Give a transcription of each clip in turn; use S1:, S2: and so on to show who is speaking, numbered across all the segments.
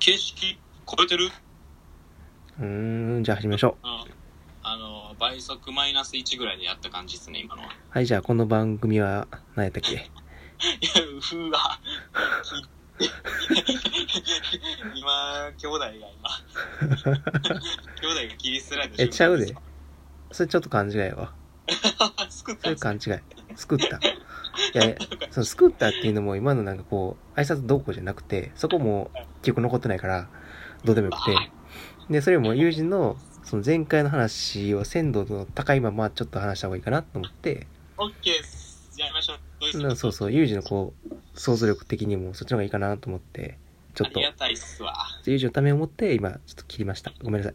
S1: 形式超えてる
S2: うーん、じゃあ始めましょう。
S1: うん。あの、倍速マイナス1ぐらいでやった感じですね、今のは。
S2: はい、じゃあこの番組は、何やったっけ
S1: いや、うふわ。 今、兄 弟が今。兄弟が切り捨てられた
S2: えちゃうで。それちょっと勘違いやわ。
S1: 救っ
S2: そ
S1: たん
S2: れ
S1: ですか
S2: 勘違い。救った。いやいや、その救ったっていうのも今のなんかこう、挨拶どうこうじゃなくて、そこも結局残ってないから、どうでもよくて。で、それも友人の、その前回の話を鮮度の高いままちょっと話した方がいいかなと思って、
S1: オッケーっす。じゃあやりましょう。どうです
S2: なんかそうそう、友人のこう、想像力的にもそっちの方がいいかなと思って、ちょっ
S1: あ
S2: と
S1: り、がたいっすわ。
S2: 友人のためを持って今、ちょっと切りました。ごめんなさい。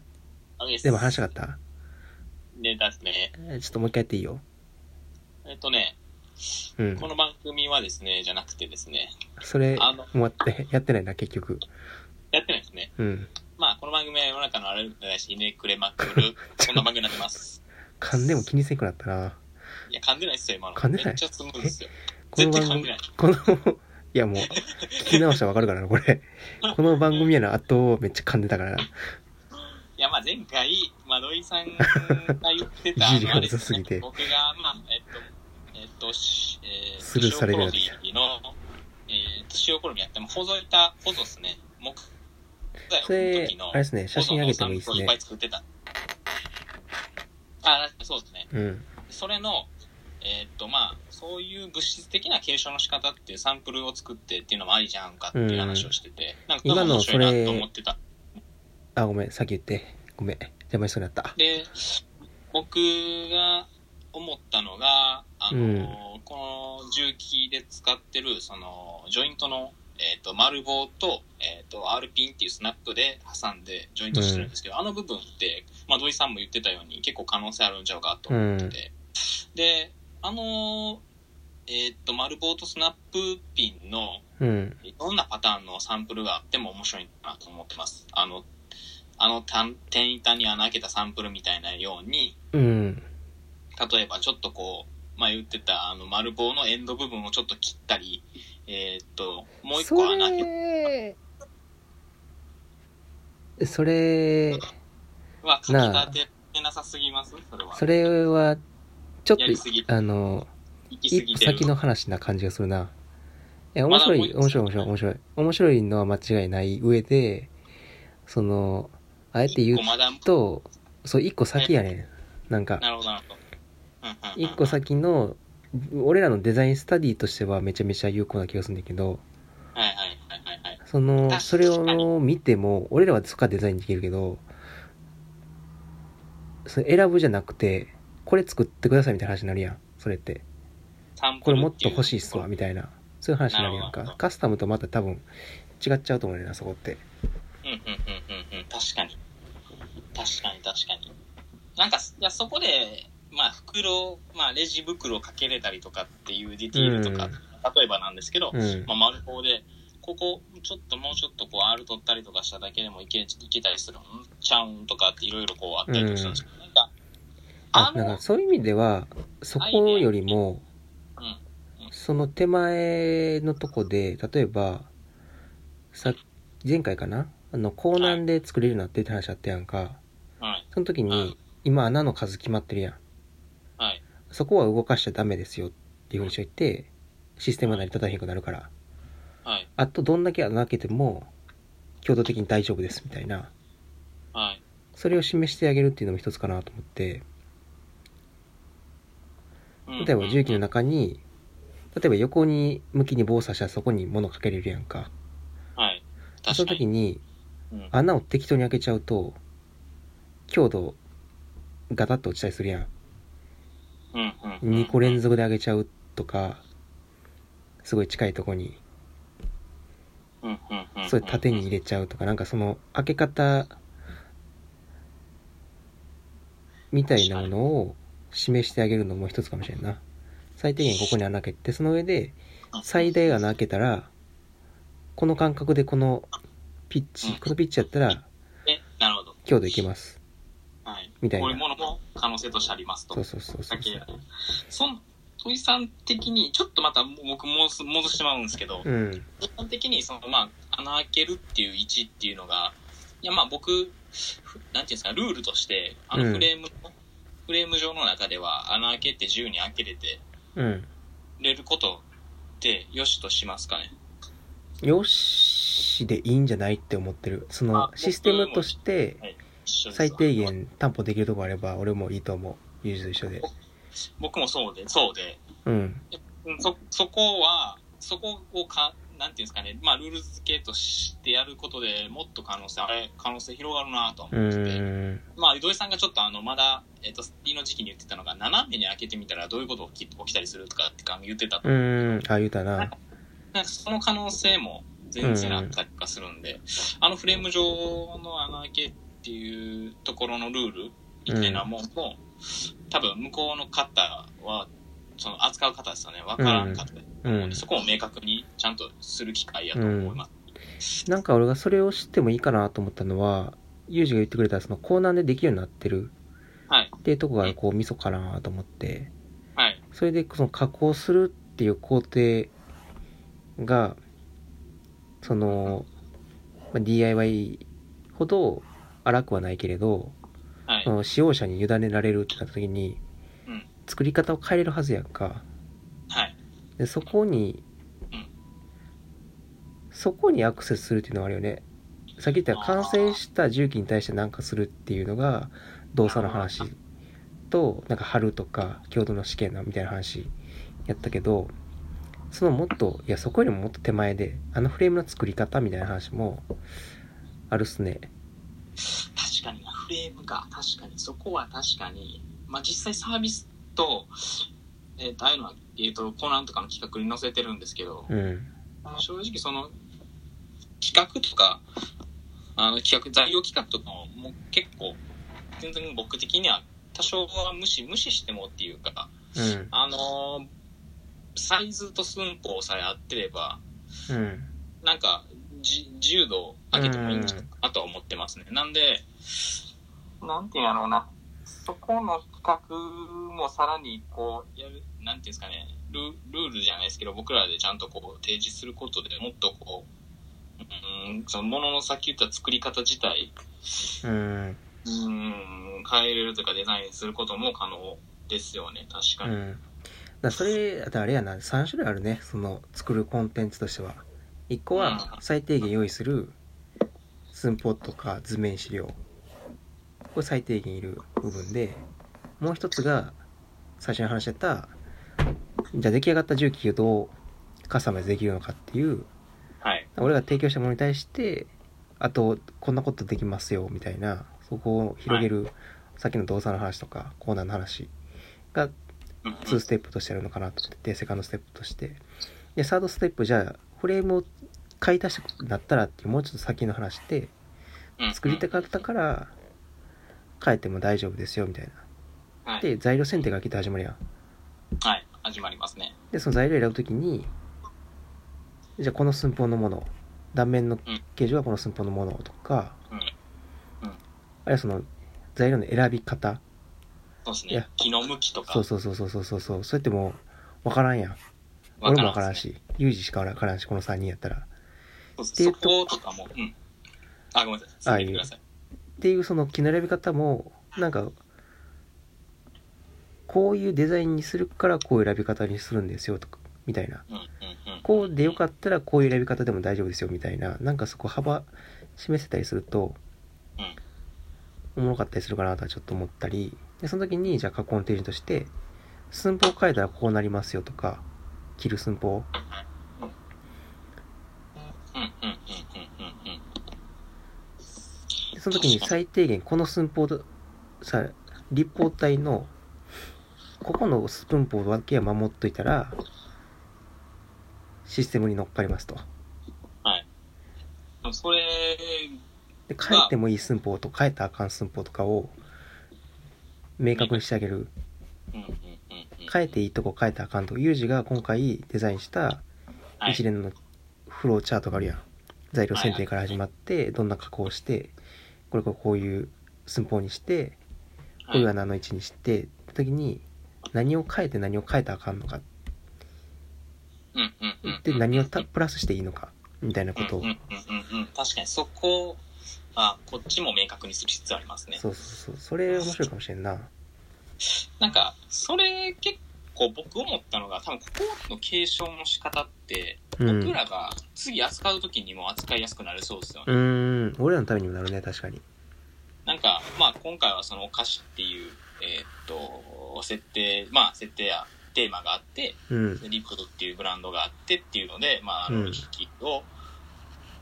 S1: オッケーっす
S2: でも話したかった
S1: ね、だっすね。
S2: えーちょっともう一回やっていいよ。
S1: えっとね、
S2: うん
S1: こ。の番組はですね、じゃなくてですね、
S2: それ、
S1: あの、
S2: 終わって、やってないな、結局。
S1: やってないですね。
S2: うん。
S1: まあ、この番組は世の中のあらゆることに対してひねくれまく る、こんな番組になってます。
S2: 噛んでも気にせんくなったな。
S1: いや、噛んでないっすよ、今の。
S2: 噛んでない
S1: めっちゃスムーズですよ。
S2: この
S1: 絶対噛
S2: 番
S1: んで、
S2: 組
S1: ない。
S2: この、いやもう、聞き直したらわかるからな、これ。この番組やな、あと、めっちゃ噛んでたからな。
S1: いや、まあ前回、まどいさんが言ってた、
S2: いじりがうざすぎて
S1: あれですね僕が、まあ、えっと、えっと、しえー、
S2: スルーされるやつ
S1: 塩コロミの、えー、塩コロミやっても、ほぞいた、ほぞですね、木材を
S2: そ
S1: 組む
S2: れ
S1: 時の、、
S2: あれですね、写真あげてもいいです
S1: ほぞの散布をいっぱ。
S2: ね
S1: い作ってた。あ、そうですね。
S2: うん。
S1: それの、えーっと、まあ、そういう物質的な継承の仕方っていうサンプルを作ってっていうのもありじゃんかっていう話をしてて、なんか
S2: 今の
S1: 面白いなと思ってた。
S2: あ、ごめん、さっき言って。ごめん、邪魔しそうになった。
S1: で、僕が思ったのが、あの、
S2: うん
S1: この重機で使ってる、その、ジョイントの、えっ、と、丸棒と、えっ、と、R ピンっていうスナップで挟んでジョイントしてるんですけど、あの部分って、まあ、土井さんも言ってたように結構可能性あるんちゃうかと
S2: う
S1: 思っ
S2: ん。
S1: てて、で、あの、えっ、と、丸棒とスナップピンの、
S2: うん。
S1: いろんなパターンのサンプルがあっても面白いなと思ってます。あの、あの単点板に穴開けたサンプルみたいなように、
S2: うん。
S1: 例えばちょっとこう、まあ、言ってたあの丸棒のエンド部分をちょっと切ったり、えーっと、もう一個穴開け
S2: れそれ、
S1: は書き
S2: なあ
S1: 立てなさすぎますそれは。
S2: それは、ちょっ
S1: やりすぎ
S2: と、あの、
S1: 行き過ぎ
S2: 一歩
S1: てる。
S2: 先の話な感じがするな。いや、
S1: ま
S2: 面
S1: だ
S2: 白い、
S1: もう
S2: 面
S1: 一
S2: 白い、面白い、面白い。面白いのは間違いない上で、その、あえて言う
S1: 一個まだ
S2: と、そう、一個先やねん。なんか、
S1: なるほど、なるほど。うんうんうん
S2: 一個先の、俺らのデザインスタディとしてはめちゃめちゃ有効な気がするんだけど、
S1: はいはいはいはいはい。
S2: その、それ
S1: 確かに
S2: を見ても、俺らはそこはデザインできるけど、その選ぶじゃなくて、これ作ってくださいみたいな話になるやん、それって。
S1: サンプ
S2: こ
S1: ル
S2: れも
S1: っ
S2: って
S1: い
S2: と
S1: う
S2: 欲しいっすわみたいなそういう話になるやん
S1: なるほ
S2: か
S1: ど
S2: カスタムとまた多分違っちゃうと思うねんなそこって
S1: うんうんうんうんうん確かに確かに確かになんかいやそこでまあ袋まあレジ袋をかけれたりとかっていうディティールとか、
S2: うん
S1: 例えばなんですけど、
S2: うん
S1: まあ、丸棒でここちょっともうちょっとこう R 取ったりとかしただけでもいけいけたりするんちゃうんとかっていろいろこうあったりとかするんですけど、なんか
S2: あ
S1: あ
S2: なん
S1: の
S2: かそういう意味ではそこよりもその手前のとこで例えばさ前回かなあの港南で作れるようになってって話あったやんか
S1: はい
S2: その時
S1: うん
S2: に今穴の数決まってるやん
S1: はい
S2: そこは動かしちゃダメですよっていうふうにしといてシステムが成り立たへんくなるから
S1: はい
S2: あとどんだけ穴開けても強度的に大丈夫ですみたいな
S1: はい
S2: それを示してあげるっていうのも一つかなと思って
S1: うん
S2: 例えば重機の中に例えば横に向きに棒刺したらそこに物かけれるやんか
S1: はい
S2: そ
S1: 確
S2: の
S1: か
S2: 時
S1: に
S2: に
S1: うん
S2: 穴を適当に開けちゃうと強度ガタッと落ちたりするやん
S1: うんうんうん
S2: 2個連続で開けちゃうとかすごい近いとこに
S1: うんうんうん
S2: それ縦に入れちゃうとかなんかその開け方みたいなものを示してあげるのも一つかもしれんな最低限ここに穴開けてその上で最大穴開けたらこの間隔でこのピッチこのピッチやったら
S1: えなるほど
S2: 強度いけます
S1: はい。
S2: みたいな
S1: こういうものも可能性としてありますと。
S2: そうそうそうそ
S1: だ
S2: う
S1: け、そん、土井さん的に、ちょっとまた僕もうす戻してしまうんですけど、
S2: うん
S1: 土井さん的に、その、まあ、穴開けるっていう位置っていうのが、いや、まあ僕、ふなんていうんですか、ルールとして、あのフレームの、フレーム上の中では穴開けて自由に開けれて、
S2: うん。
S1: れることって良しとしますかね。
S2: よしでいいんじゃないって思ってる。その
S1: あ
S2: システムとして
S1: 一緒です
S2: 最低限担保できるとこあれば俺もいいと思う。ユージと一緒で。
S1: 僕もそうで、そうで、
S2: うん。
S1: うんそ、そこは、そこをか、なんていうんですかね、まあ、ルール付けとしてやることでもっと可能性、あれ、可能性広がるなとは
S2: う
S1: 思ってて、
S2: ーん。
S1: まあ、土井さんがちょっとあの、まだ、えっ、と、スピーの時期に言ってたのが、斜めに開けてみたらどういうことが起き起きたりするとかってか言ってた
S2: う。ーん。あ、言うたな。
S1: なんかその可能性も全然あったりとかするんで、あのフレーム上の穴開けっていうところのルールみたいなもんも、多分向こうの方は、その扱う方ですよね、わからんかった
S2: う
S1: うん
S2: ん。
S1: そこを明確にちゃんとする機会やと思います。
S2: なんか俺がそれを知ってもいいかなと思ったのは、ユージが言ってくれたそのコーナーでできるようになってる
S1: はい。
S2: っていうとこがこうミソかなと思って、
S1: はい。
S2: それでその加工するっていう工程が、その、まあ DIY ほど荒くはないけれど、
S1: はい
S2: そ。の使用者に委ねられるってなった時に
S1: うん、
S2: 作り方を変えれるはずやんか。
S1: はい。
S2: でそこに
S1: うん、
S2: そこにアクセスするっていうのはあるよね。さっき言った完成した重機に対して何かするっていうのが動作の話と、なんか春とか郷土の試験のみたいな話やったけど、そのもっと、いや、そこよりももっと手前で、あのフレームの作り方みたいな話もあるっすね。
S1: 確かにな、フレームか。確かに、そこは確かに。まあ、実際サービスと、えっ、と、ああいうのは、えっ、と、コーナーとかの企画に載せてるんですけど、
S2: うん。
S1: 正直その、企画とか、あの、企画、材料企画とかも、もう結構、全然僕的には、多少は無視、無視してもっていうか、
S2: うん。
S1: あのーサイズと寸法さえ合ってれば、
S2: うん。
S1: なんか、じ自由度を上げてもいいんじゃないかなとは思ってますね。なんで、なんていうんやろうな、そこの企画もさらに、こう、やる、なんていうんですかね、ルルールじゃないですけど、僕らでちゃんとこう、提示することでもっとこう、うん、そのもののさっき言った作り方自体、
S2: うん。
S1: うん、変えれるというかデザインすることも可能ですよね、確か
S2: う
S1: に。
S2: ん。だからそれ、あとあれやな、3種類あるね、その作るコンテンツとしては。1個は最低限用意する寸法とか図面資料。これ最低限いる部分で、もう一つが最初に話してた、じゃあ出来上がった重機をどうカスタマイズできるのかっていう、
S1: はい。
S2: 俺が提供したものに対して、あと、こんなことできますよ、みたいな、そこを広げる、さっきの動作の話とか、コーナーの話が
S1: うん
S2: 2ステップとしてやるのかなと思ってて、セカンドステップとして。で、サードステップ、じゃあ、フレームを買い足したくなったらっていう、もうちょっと先の話で、
S1: うん
S2: 作りたかったから、変えても大丈夫ですよ、みたい
S1: は
S2: な。
S1: い
S2: で、材料選定が来て始まるやん。
S1: はい、始まりますね。
S2: で、その材料選ぶときに、じゃあこの寸法のもの、断面の形状はこの寸法のものとか、
S1: うんうん
S2: あるいはその材料の選び方、
S1: そうです
S2: いや
S1: ね。気の向きとか。
S2: そうそうそうそうそうそう、そうやってもう分からんやん。
S1: わ
S2: 俺も分から
S1: ん
S2: んし、ユージしか分からんし、この3人やったら。
S1: そうそ
S2: ていうう
S1: そ
S2: と
S1: ことかも、うん。あ、ごめんなさい。続けてください。
S2: っていうその木の選び方もなんかこういうデザインにするからこういう選び方にするんですよとかみたいな
S1: うんうんうん。
S2: こうでよかったらこういう選び方でも大丈夫ですよみたいななんかそこ幅示せたりするとおもろかったりするかなとはちょっと思ったりでその時にじゃあ過去の手順として寸法を変えたらこうなりますよとか切る寸法
S1: うんうんうんうんうんうん。
S2: でその時に最低限この寸法とさ立方体のここのスプーン法だけは守っといたらシステムに乗っかりますと。
S1: でもそれ、
S2: で変えてもいい寸法と変えたらあかん寸法とかを明確にしてあげる。
S1: うんうんうんうん。
S2: 変えていいとこ変えたらあかんと。ユージが今回デザインした
S1: はい
S2: 一連のフローチャートがあるやん。材料選定から始まって、どんな加工をして、これこれこういう寸法にして、こういう
S1: はい
S2: 穴の位置にして、時に何を変えて何を変えたらあかんのか、
S1: うんうんうん。
S2: で何をたプラスしていいのかっみたいなことを
S1: うんうんうんうんうん。確かにそこあこっちも明確にする必要ありますね。
S2: そうそうそうそれ面白いかもしれんな
S1: なんか、それ結構僕思ったのが、多分ここの継承の仕方って、
S2: うん
S1: 僕らが次扱う時にも扱いやすくなるそうですよね。
S2: うーん俺らのためにもなるね確かに
S1: なんか、まあ今回はそのお菓子っていう、えーっと、設定、まあ設定やテーマがあって、
S2: うん
S1: でリプドっていうブランドがあってっていうので、まあ、あの、
S2: うん
S1: 機器を、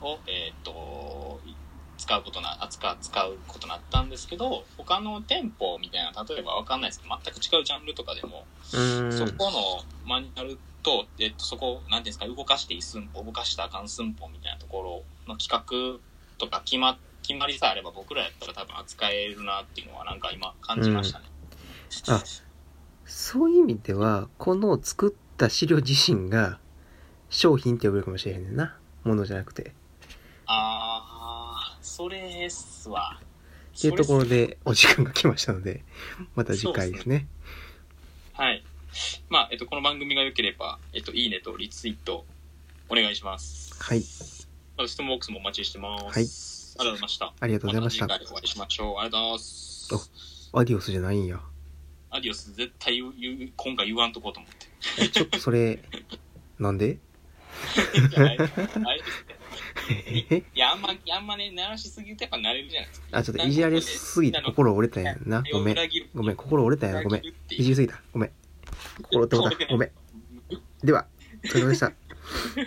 S1: を、えーっと、使うことな、扱う、使うことになったんですけど、他の店舗みたいな、例えばわかんないですけど、全く違うジャンルとかでも、
S2: うー
S1: そ
S2: ん
S1: このマニュアルと、えっと、そこ、なんていうんですか、動かしていい寸法、動かしたらあかん寸法みたいなところの企画とか決ま、決まりさえあれば僕らやったら多分扱えるなっていうのはなんか今感じましたね。
S2: うんあそういう意味ではこの作った資料自身が商品って呼べるかもしれへんねんなものじゃなくて
S1: あー、それっすわ。
S2: っていうところでお時間が来ましたので、また次回ですね。
S1: はい。まあ、えっと、この番組が良ければ、えっと、いいねとリツイートお願いします。
S2: はい。
S1: また質問ボックスもお待ちしてます。はい。ありがとうございました。あ
S2: ありがとうございました。
S1: 次回お会いしましょう。ありがとうございます。
S2: アディオスじゃないんや。
S1: アディオス絶対言う言う今回言わんとこうと思って。
S2: えちょっとそれ、なんで
S1: あれですね
S2: え
S1: いや、あんま、あんまね、鳴らしすぎてやっぱ慣れるじゃないですか。
S2: あ、ちょっといじられすぎて心折れたんやんな。ごめん。ごめん、心折れたんやな。ごめん。い じりすぎた。ごめん。心折ってもうた。ごめん。では、お疲れ様でした。